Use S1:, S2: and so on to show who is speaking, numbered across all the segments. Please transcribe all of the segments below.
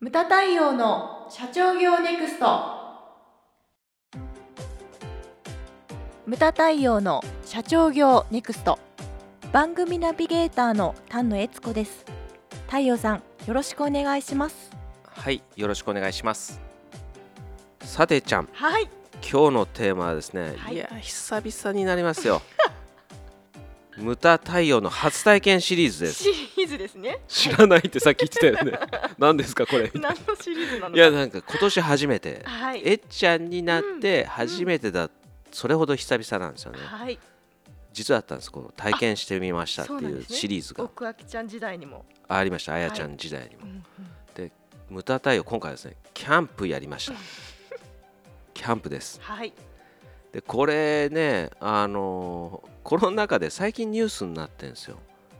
S1: ムタ太陽の社長業ネクストムタ太陽の社長業ネクスト番組ナビゲーターの丹野悦子です太陽さんよろしくお願いします
S2: はい、よろしくお願いします。さてちゃん、
S1: はい
S2: 今日のテーマはですね、
S1: はい
S2: い、や久々になりますよ。 ムタ太陽の初体験シリー ズです。
S1: リーズです ね
S2: 知らないってさっき言ってたよね。何ですか これ。い
S1: 何のシリーズな
S2: やなんか今年初めて、
S1: は
S2: えっちゃんになって初めてだ、それほど久々なんですよね。
S1: はい
S2: 実はあったんです。この体験してみましたって
S1: あそうないん
S2: う
S1: ですね
S2: シリーズが
S1: 奥明ちゃん時代にも、
S2: ありました。あやちゃん時代にも。
S1: うん
S2: ムタ太陽今回はですね、キャンプやりました。 キャンプです。
S1: はい
S2: でこれねあのーコロナ禍で最近ニュースになってんですよ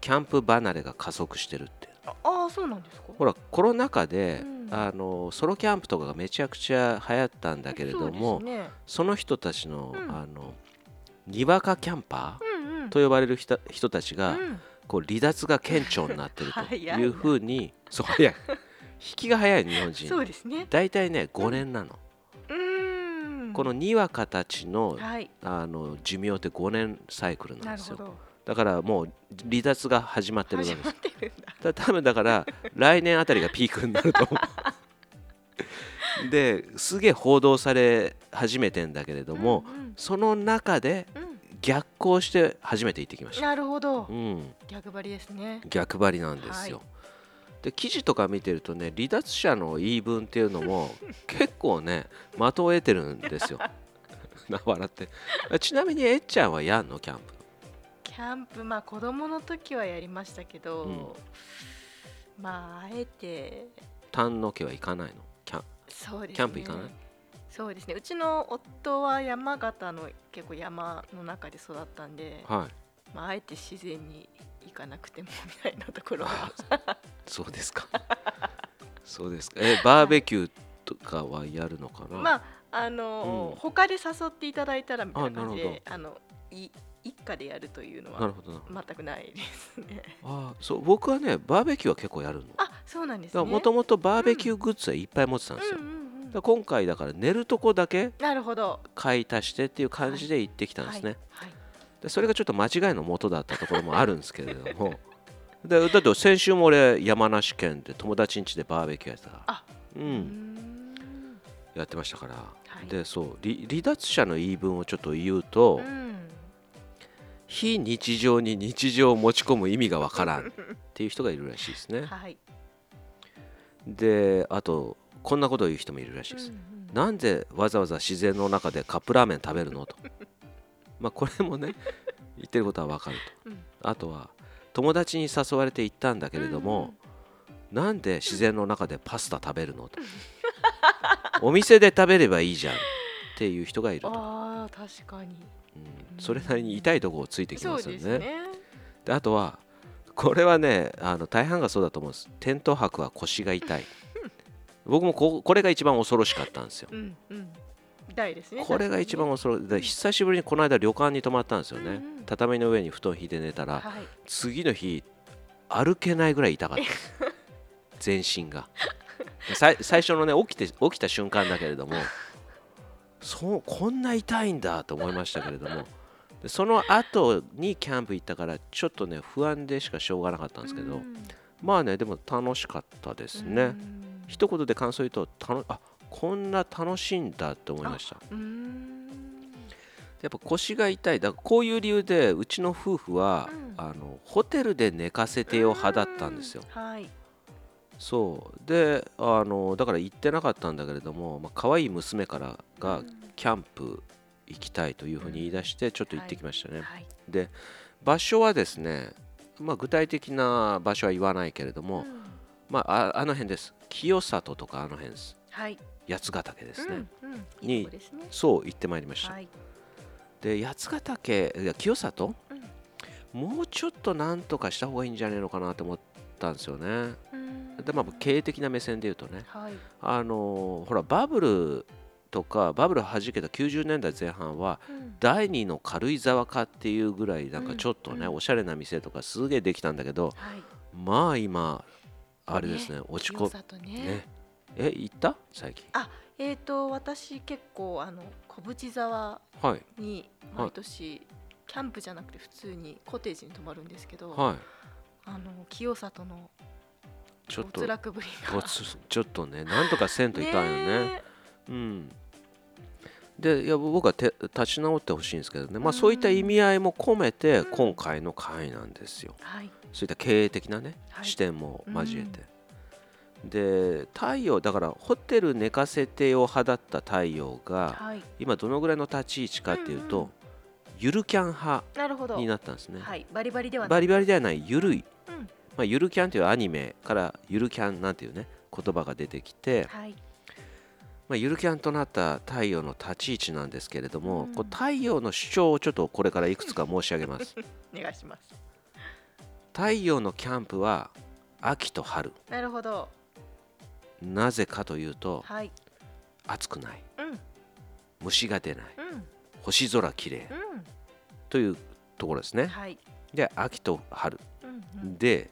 S2: キャンプ離れが加速してるって
S1: ああそうなんですか
S2: ほらコロナ禍で、
S1: うん
S2: あのーソロキャンプとかがめちゃくちゃ流行ったんだけれ
S1: そ
S2: ども
S1: う
S2: そ,、
S1: ですね
S2: の人たちの、
S1: うん
S2: あのにわかキャンパ
S1: うんうん
S2: ーと呼ばれる人人たち
S1: う
S2: が、
S1: ん
S2: こう離脱が顕著になってると
S1: 早いな
S2: いうふうにそう早 い引きが早い日本
S1: そ
S2: 人
S1: うですね
S2: 大体ね5年なの、
S1: うーん
S2: このにわかたちの
S1: はい
S2: あの寿命って5年サイクルな
S1: なんる
S2: です
S1: ほ
S2: よ
S1: ど
S2: だからもう離脱が始まってるわけ
S1: 始
S2: で
S1: まってるんだ
S2: すだ多分だから来年あたりがピークになると思 うですげえ報道され始めてんだけれども、
S1: うん
S2: その中で
S1: うん
S2: 逆行して初めて行ってきま
S1: うん
S2: した、
S1: なるほど
S2: うん、
S1: 逆張りですね
S2: 逆張りなんですよ、で記事とか見てるとね離脱者の言い分っていう のも結構ね的を得てるんですよ な笑ってちなみにえっちゃんはやんのキャンプ
S1: キャンプまあ子供の時はやりましたけどまああえて
S2: 丹野家は行かないのキャン
S1: そうですね
S2: キャンプ行かない
S1: そうですねうちの夫は山形の結構山の中で育ったんで
S2: はい
S1: まああえて自然に行かなくてもみたいなところは
S2: あそうで すか。そうですか。え、バーベキューとかはやるのかな。
S1: まああのー
S2: うん
S1: 他で誘っていただいたらみたいな感じ
S2: あなる
S1: であのい一家でやるというの
S2: な
S1: は
S2: るほどなるほど。
S1: 全くないですね。
S2: あ、そう、僕はね、バーベキューは結構やるの。だか
S1: あそうなんです
S2: ら
S1: ね。
S2: もともとバーベキューグッズはいっぱい持ってたんですよ。
S1: うんうんうん
S2: だから今回だから寝るとこだけ
S1: なるほど。
S2: 買い足してっていう感じで行ってきたんですね。
S1: はいはい
S2: でそれがちょっと間違いの元だったところもあるんですけれども。でだって先週も俺山梨県で友達ん家でバーベキューやってたから
S1: あ
S2: う
S1: うー
S2: ん
S1: ん
S2: やってましたから、
S1: い
S2: でそう離離脱者の言い分をちょっと言うと、
S1: うん
S2: 非日常に日常を持ち込む意味がわからんっていう人がいるらしいですね。
S1: はい。
S2: であとこんなことを言う人もいるらしいです。
S1: うんうん
S2: なんでわざわざ自然の中でカップラーメン食べる のと。まあこれもね言ってることはわかると。
S1: うん
S2: あとは友達に誘われて行ったんだけれども、なんで自然の中でパスタ食べるのと。お店で食べればいいじゃんっていう人がいると。
S1: ああ確かに。
S2: うんそれなりに痛いところをついてき
S1: そ
S2: ま
S1: う
S2: すよ
S1: ですね。
S2: であとはこれはねあの大半がそうだと思うんですテント泊は腰が痛い僕もここれが一番恐ろしかったんですよ
S1: うんうん。痛いですね。
S2: これが一番恐ろしいで久しぶりにこの間旅館に泊まったんですよね、
S1: うんうん
S2: 畳の上に布団引いて寝た
S1: 確
S2: ら、
S1: かにはい。
S2: 次の日歩けないぐらい痛かったです 全身がさい最初のね起きて起きた瞬間だけれどもそうこんな痛いんだと思いましたけれどもでその後にキャンプ行ったからちょっとね不安でしかしょうがなかったんですけど、
S1: うん
S2: まあねでも楽しかったですね、
S1: うん
S2: 一言で感想言うとたのあこんな楽しいんだって思いました
S1: うーん。
S2: やっぱ腰が痛いだからこういう理由でうちの夫婦は、
S1: うん
S2: あのホテルで寝かせてよ派だったんですよ
S1: う。ーんはい。
S2: そうであのだから行ってなかったんだけれども、まあ可愛い娘からがキャンプ行きたいというふうに言い出してちょっと行ってきましたね。
S1: はい。
S2: で場所はですね、まあ、具体的な場所は言わないけれども、
S1: うん
S2: まあ、ああの辺です清里とかあの辺です
S1: はい。
S2: 八ヶ岳ですね。
S1: うんうん
S2: に
S1: いい子ですね。
S2: そう行ってまいりました、
S1: はい。
S2: で八ヶ岳いや清里、
S1: うん
S2: もうちょっとなんとかした方がいいんじゃないのかなと思ったんですよねでまあ
S1: う
S2: 経営的な目線で言うとね
S1: ーんはい。
S2: あのーほらバブルとかバブル弾けた90年代前半は
S1: うん
S2: 第二の軽井沢化っていうぐらいなんかちょっとね、
S1: うんうん
S2: おしゃれな店とかすげえできたんだけど
S1: はい。
S2: まあ今あれですね落ち込
S1: 清里
S2: む
S1: ね。
S2: ねえ行った最近
S1: えっ、と私結構あの小淵沢
S2: はい
S1: に
S2: はい
S1: 毎年キャンプじゃなくて普通にコテージに泊まるんですけど、
S2: はい
S1: あの清里の
S2: ちょっと
S1: 没落ぶりが
S2: ごつちょっとねなんとかせんといかんよね
S1: ね
S2: うんでいや僕はて立ち直ってほしいんですけどね、
S1: う
S2: まあ、
S1: ん
S2: そういった意味合いも込めて
S1: うん
S2: 今回の会なんですよ
S1: えはい
S2: そういった経営的なね、
S1: はい
S2: 視点も交えて、で太陽だからホテル寝かせてよ派だった太陽が
S1: はい
S2: 今どのぐらいの立ち位置かっていうと、
S1: うんうん
S2: ゆるキャン派
S1: なるほど
S2: になったんですね、
S1: はいバリバリではない
S2: バリバリではないゆるい、
S1: うん
S2: まあ、ゆるキャンというアニメからゆるキャンなんていうね言葉が出てきて、
S1: はい
S2: まあ、ゆるキャンとなった太陽の立ち位置なんですけれども、
S1: うん
S2: こう太陽の主張をちょっとこれからいくつか申し上げます
S1: お願いします
S2: 太陽のキャンプは秋と春
S1: なるほど
S2: なぜかというと
S1: はい
S2: 暑くない
S1: うんうん
S2: 虫が出ない星空きれい
S1: うん
S2: というところですね
S1: はい
S2: で秋と春
S1: うんうん
S2: で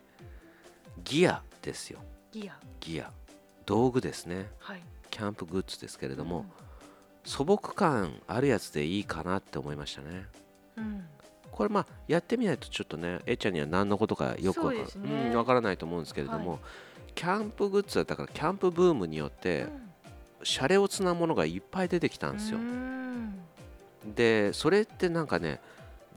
S2: ギアですよ
S1: ギア
S2: ギア道具ですね
S1: はい
S2: キャンプグッズですけれども、素朴感あるやつでいいかなって思いましたね
S1: うんうん
S2: これまあやってみないとちょっとねえちゃんには何のことかよくわか,、
S1: そうですね
S2: うん、わからないと思うんですけれども、キャンプグッズはだからキャンプブームによってシャレオツなものがいっぱい出てきたんですよ
S1: う、ん
S2: でそれってなんかね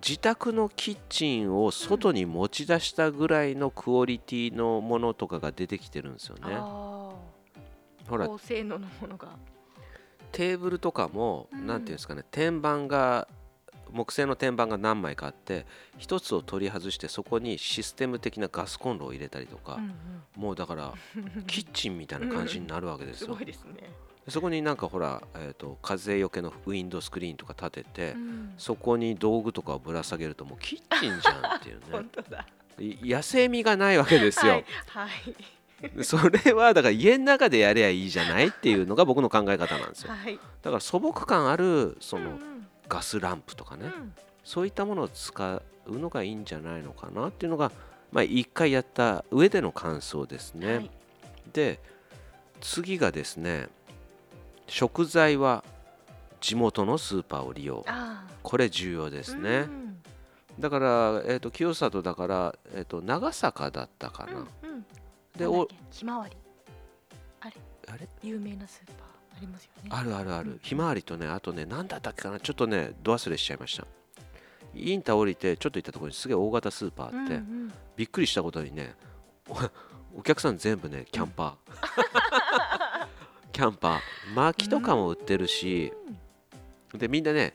S2: 自宅のキッチンを外に持ち出したぐらいのクオリティのものとかが出てきてるんですよね、
S1: あ
S2: ほ
S1: あ
S2: ら
S1: 高性能のものが
S2: テーブルとかも
S1: う
S2: 何
S1: ん、
S2: なん、ていうんですかね天板が木製の天板が何枚かあって一つを取り外してそこにシステム的なガスコンロを入れたりとか、
S1: うん
S2: もう だから
S1: うん
S2: キッチンみたいな感じになるわけです
S1: す
S2: よ。
S1: ごいですね
S2: そこになんかほら、えー、と風よけのウィンドスクリーンとか立てて、
S1: うん
S2: そこに道具とかをぶら下げるともうキッチンじゃ んっていう
S1: 本当だ
S2: ねい野生味がないわけですよ。
S1: はいはい
S2: それはだから家の中でやりゃいいじゃないっていうのが僕の考え方なんですよ。
S1: はい
S2: だから素朴感あるそ
S1: うん
S2: の
S1: うん
S2: ガスランプとかね、
S1: うん
S2: そういったものを使うのがいいんじゃないのかなっていうのが、まあ、1回やった上での感想ですね。
S1: はい
S2: で次がですね食材は地元のスーパーを利用
S1: ああ
S2: これ重要です
S1: う
S2: ね、
S1: ん
S2: だから、えー、と清里だから、えー、と長坂だったかな、
S1: うんうん
S2: で
S1: なんだっ
S2: お
S1: けひまわり
S2: あれ
S1: 有名なスーパーありますよね
S2: あるあるあ
S1: うん
S2: るひまわりとねあとね何だったっけかなちょっとねド忘れしちゃいましたインター降りてちょっと行ったところにすげえ大型スーパーあって、
S1: うんうん
S2: びっくりしたことにねおお客さん全部ねキャンパー キャンパー薪とかも売ってるしでみんなね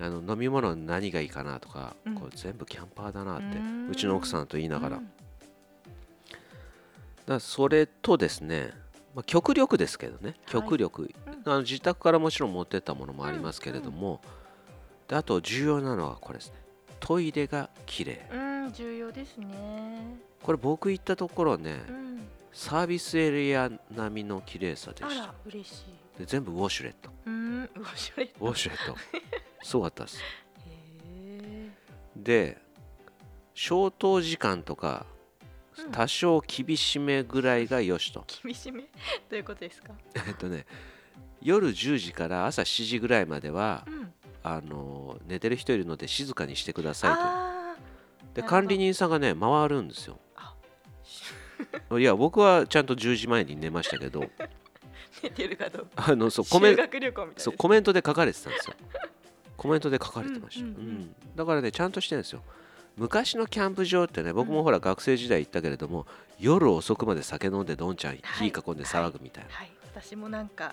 S2: あの飲み物何がいいかなとか、
S1: うん
S2: こう全部キャンパーだなって
S1: うん
S2: うちの奥さんと言いながら,、
S1: う
S2: だか
S1: ん
S2: らそれとですね、まあ、極力ですけどね極力、あの自宅からもちろん持ってったものもありますけれども、であと重要なのはこれですねトイレが綺麗
S1: うん重要ですね
S2: これ僕行ったところね、
S1: うん
S2: サービスエリア並みの綺麗さで
S1: あ
S2: した
S1: ら嬉しい
S2: で全部ウォシュレッ ト
S1: うんおしゃれへ
S2: ウォシュレットすごかったです
S1: え
S2: で消灯時間とか
S1: うん
S2: 多少厳しめぐらいがよしと
S1: 厳しめ どういうことですか
S2: えっとね夜10時から朝7時ぐらいまでは
S1: うん
S2: あの寝てる人いるので静かにしてくださ
S1: あー
S2: いとで
S1: なるほど
S2: 管理人さんがね回るんですよ
S1: あし
S2: いや僕はちゃんと10時前に寝ましたけど
S1: 寝てるかどうか
S2: あのそうコメ
S1: 修
S2: ント
S1: 学旅行みたい
S2: そう
S1: な
S2: コメントで書かれてたんですよコメントで書かれてました、
S1: う
S2: うんん
S1: うんうん
S2: だからねちゃんとしてるんですよ昔のキャンプ場ってね僕
S1: う
S2: も
S1: ん
S2: ほら学生時代行ったけれども、夜遅くまで酒飲んでどんちゃん火
S1: はい
S2: 囲んで騒ぐみたいな、
S1: はい私もなんか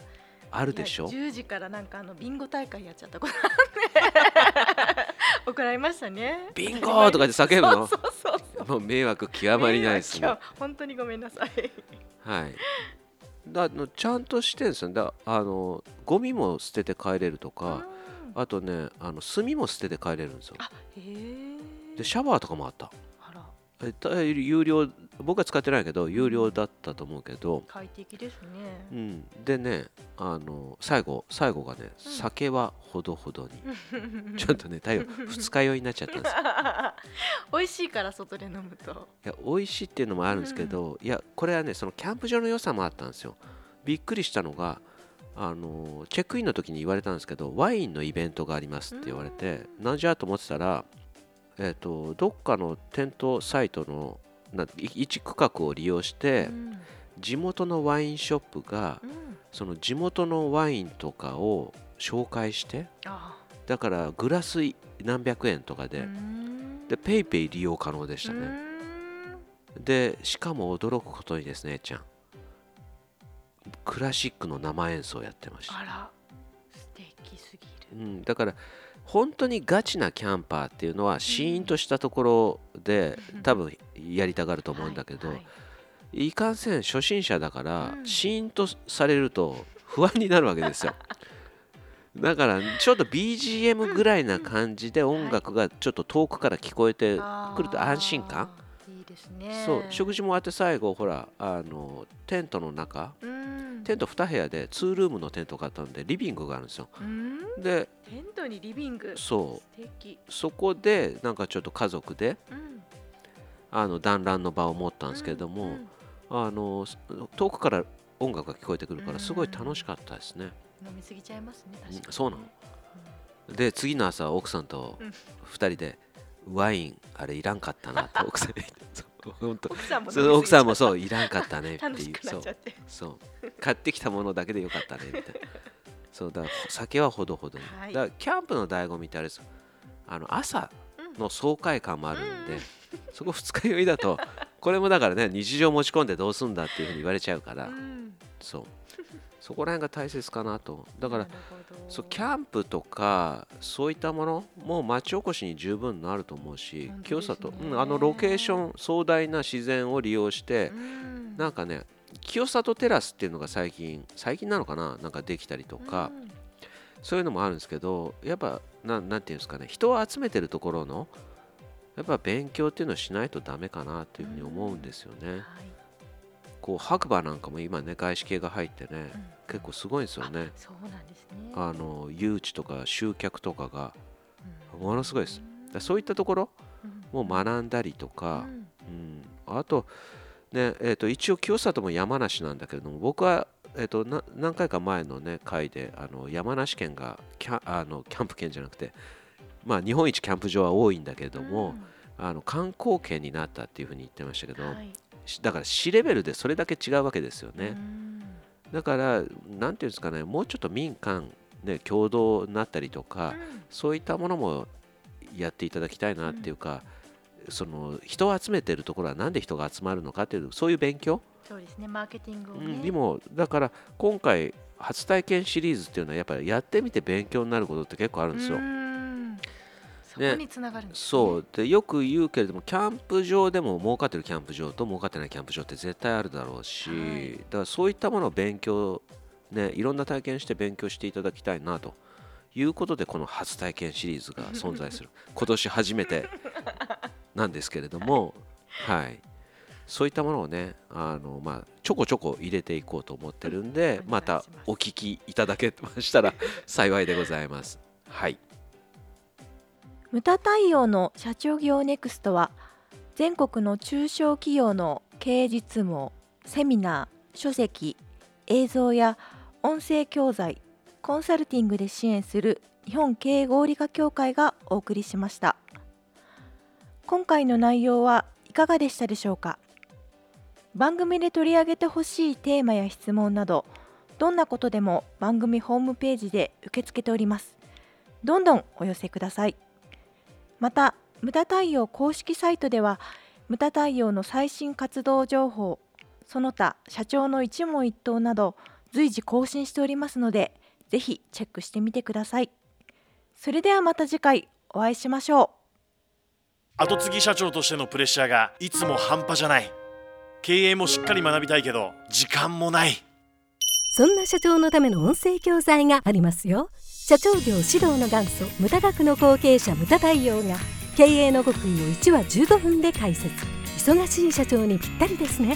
S2: あるでしょ
S1: 10時からなんかあのビンゴ大会やっちゃったこと あって怒られましたね
S2: ビンゴーとかで叫ぶ の
S1: そうそうそう
S2: もう迷惑極まりないですね
S1: 今日本当にごめんなさい
S2: はいだのちゃんとしてるんですよだあのゴミも捨てて帰れると
S1: う
S2: か、
S1: ん
S2: あとねあの炭も捨てて帰れるんですよ
S1: あへえ
S2: でシャワーとかもあった
S1: あら
S2: えた有料僕は使ってないけど有料だったと思うけど、
S1: 快適です
S2: う
S1: ね
S2: ん、でねあの最後最後がね、
S1: うん
S2: 酒はほどほど に、ちょっとね太陽二日酔いになっちゃったんですよ
S1: 美味しいから外で飲むと
S2: いや美味しいっていうのもあるんですけど、いやこれはねそのキャンプ場の良さもあったんですよびっくりしたのがあのチェックインの時に言われたんですけどワインのイベントがありますって言われてなんじゃと思ってたら、えー、とどっかの店頭サイトのな一区画を利用して
S1: うん
S2: 地元のワインショップが
S1: うん
S2: その地元のワインとかを紹介して
S1: あ
S2: だからグラス何百円とか
S1: ーう
S2: で
S1: ん
S2: でペイペイ利用可能でした
S1: う
S2: ね
S1: ん
S2: でしかも驚くことにですねえっちゃんクラシックの生演奏やってました
S1: あら素敵すぎる
S2: うん、だから本当にガチなキャンパーっていうのはシーンとしたところで
S1: うん
S2: 多分やりたがると思うんだけど、
S1: はい
S2: い
S1: はい
S2: かんせん初心者だから
S1: うん
S2: シーンとされると不安になるわけ ですよだからちょっと BGM ぐらいな感じで音楽がちょっと遠くから聞こえてくると安心感
S1: あーいいですね
S2: そう食事もあって最後ほらあのテントの中
S1: うん
S2: テント2部屋で2ルームのテントがあったんでリビングがあるんですよ
S1: うん
S2: で
S1: テントにリビング
S2: そう
S1: 素敵
S2: そこでなんかちょっと家族で
S1: うん
S2: あの団らんの場を持ったんですけれども、
S1: うん
S2: あのす遠くから音楽が聞こえてくる
S1: う
S2: か
S1: ん
S2: らすごい楽しかったですね、
S1: うん飲みすぎちゃいますね確かに
S2: うんそうなので次の朝奥さんと
S1: うん
S2: 2人でワインあれいらんかった なって奥さんに言ってそう本当
S1: 奥さんも飲みすぎ
S2: そ
S1: ちゃ
S2: う
S1: う
S2: 奥さんもそういらんかったねって
S1: 楽
S2: い
S1: し
S2: う
S1: く
S2: そ
S1: な
S2: う
S1: っちゃって
S2: そう買ってきたものだけでよかったねみたいな そうだから酒はほどほどに、
S1: はい
S2: だからキャンプの醍醐味ってあれですよあの朝の爽快感もあるんで、
S1: うん
S2: そこ二日酔いだとこれもだからね日常持ち込んでどうすんだっていうふうに言われちゃうから、
S1: うん
S2: そうそこら辺が大切かなとだか
S1: な
S2: ら
S1: るほど
S2: そうキャンプとかそういったものもう町おこしに十分なると思うし、
S1: 本当
S2: 清里、
S1: ですね
S2: うん、あのロケーション壮大な自然を利用して
S1: う、ん
S2: なんかね清里テラスっていうのが最近最近なのかななんかできたりとか、
S1: うん
S2: そういうのもあるんですけどやっぱなんなんていうんですかね人を集めてるところのやっぱ勉強っていうのをしないとダメかなというふうに思うんですよね。
S1: はい
S2: こう白馬なんかも今ね外資系が入ってね
S1: うん
S2: 結構すごいんですよね。
S1: そうなんですね
S2: あの誘致とか集客とかが
S1: うん
S2: ものすごいです。だからそういったところ
S1: うん
S2: も学んだりと
S1: う
S2: か、
S1: ん
S2: うん、あと,、ねえー、と一応清里も山梨なんだけれども僕は、えー、とな何回か前の、ね、回であの山梨県がキャあのキャンプ県じゃなくて、まあ、日本一キャンプ場は多いんだけれども、あの観光県になったっていうふうに言ってましたけ
S1: う
S2: ど、
S1: んはい
S2: しだから市レベルでそれだけ違うわけですよ
S1: う
S2: ね、
S1: ん
S2: だからなんていうんですかねもうちょっと民間、ね、共同になったりとか、
S1: うん
S2: そういったものもやっていただきたいなっていうか、その人を集めてるところはなんで人が集まるのかっていうそういう勉強、
S1: そうですねマーケティングを
S2: うん
S1: ね
S2: にもだから今回初体験シリーズっていうのはやっぱりやってみて勉強になることって結構あるんですよ。
S1: うんそこにつながるんですね
S2: そうでよく言うけれどもキャンプ場でも儲かってるキャンプ場と儲かってないキャンプ場って絶対あるだろうし、
S1: はい
S2: だからそういったものを勉強ねいろんな体験して勉強していただきたいなということでこの初体験シリーズが存在 する今年初めてなんですけれどもはいそういったものをねあの、まあ、ちょこちょこ入れていこうと思ってるんで
S1: うんお願
S2: ま
S1: いしま
S2: た
S1: す
S2: お聞きいただけましたら幸いでございます。はい
S1: ムタ太陽の社長業ネクストは全国の中小企業の経営実務をセミナー書籍映像や音声教材コンサルティングで支援する日本経営合理化協会がお送りしました今回の内容はいかがでしたでしょうか番組で取り上げてほしいテーマや質問などどんなことでも番組ホームページで受け付けておりますどんどんお寄せくださいまた無駄対応公式サイトでは無駄対応の最新活動情報その他社長の一問一答など随時更新しておりますのでぜひチェックしてみてくださいそれではまた次回お会いしましょう
S3: 後継ぎ社長としてのプレッシャーがいつも半端じゃない経営もしっかり学びたいけど時間もない
S4: そんな社長のための音声教材がありますよ社長業指導の元祖無駄学の後継者無駄対応が経営の極意を1話15分で解説忙しい社長にぴったりですね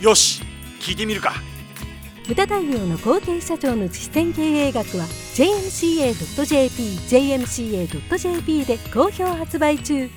S3: よし聞いてみるか
S4: 無駄対応の後継社長の実践経営学は JMCA.jp jmca.jp で好評発売中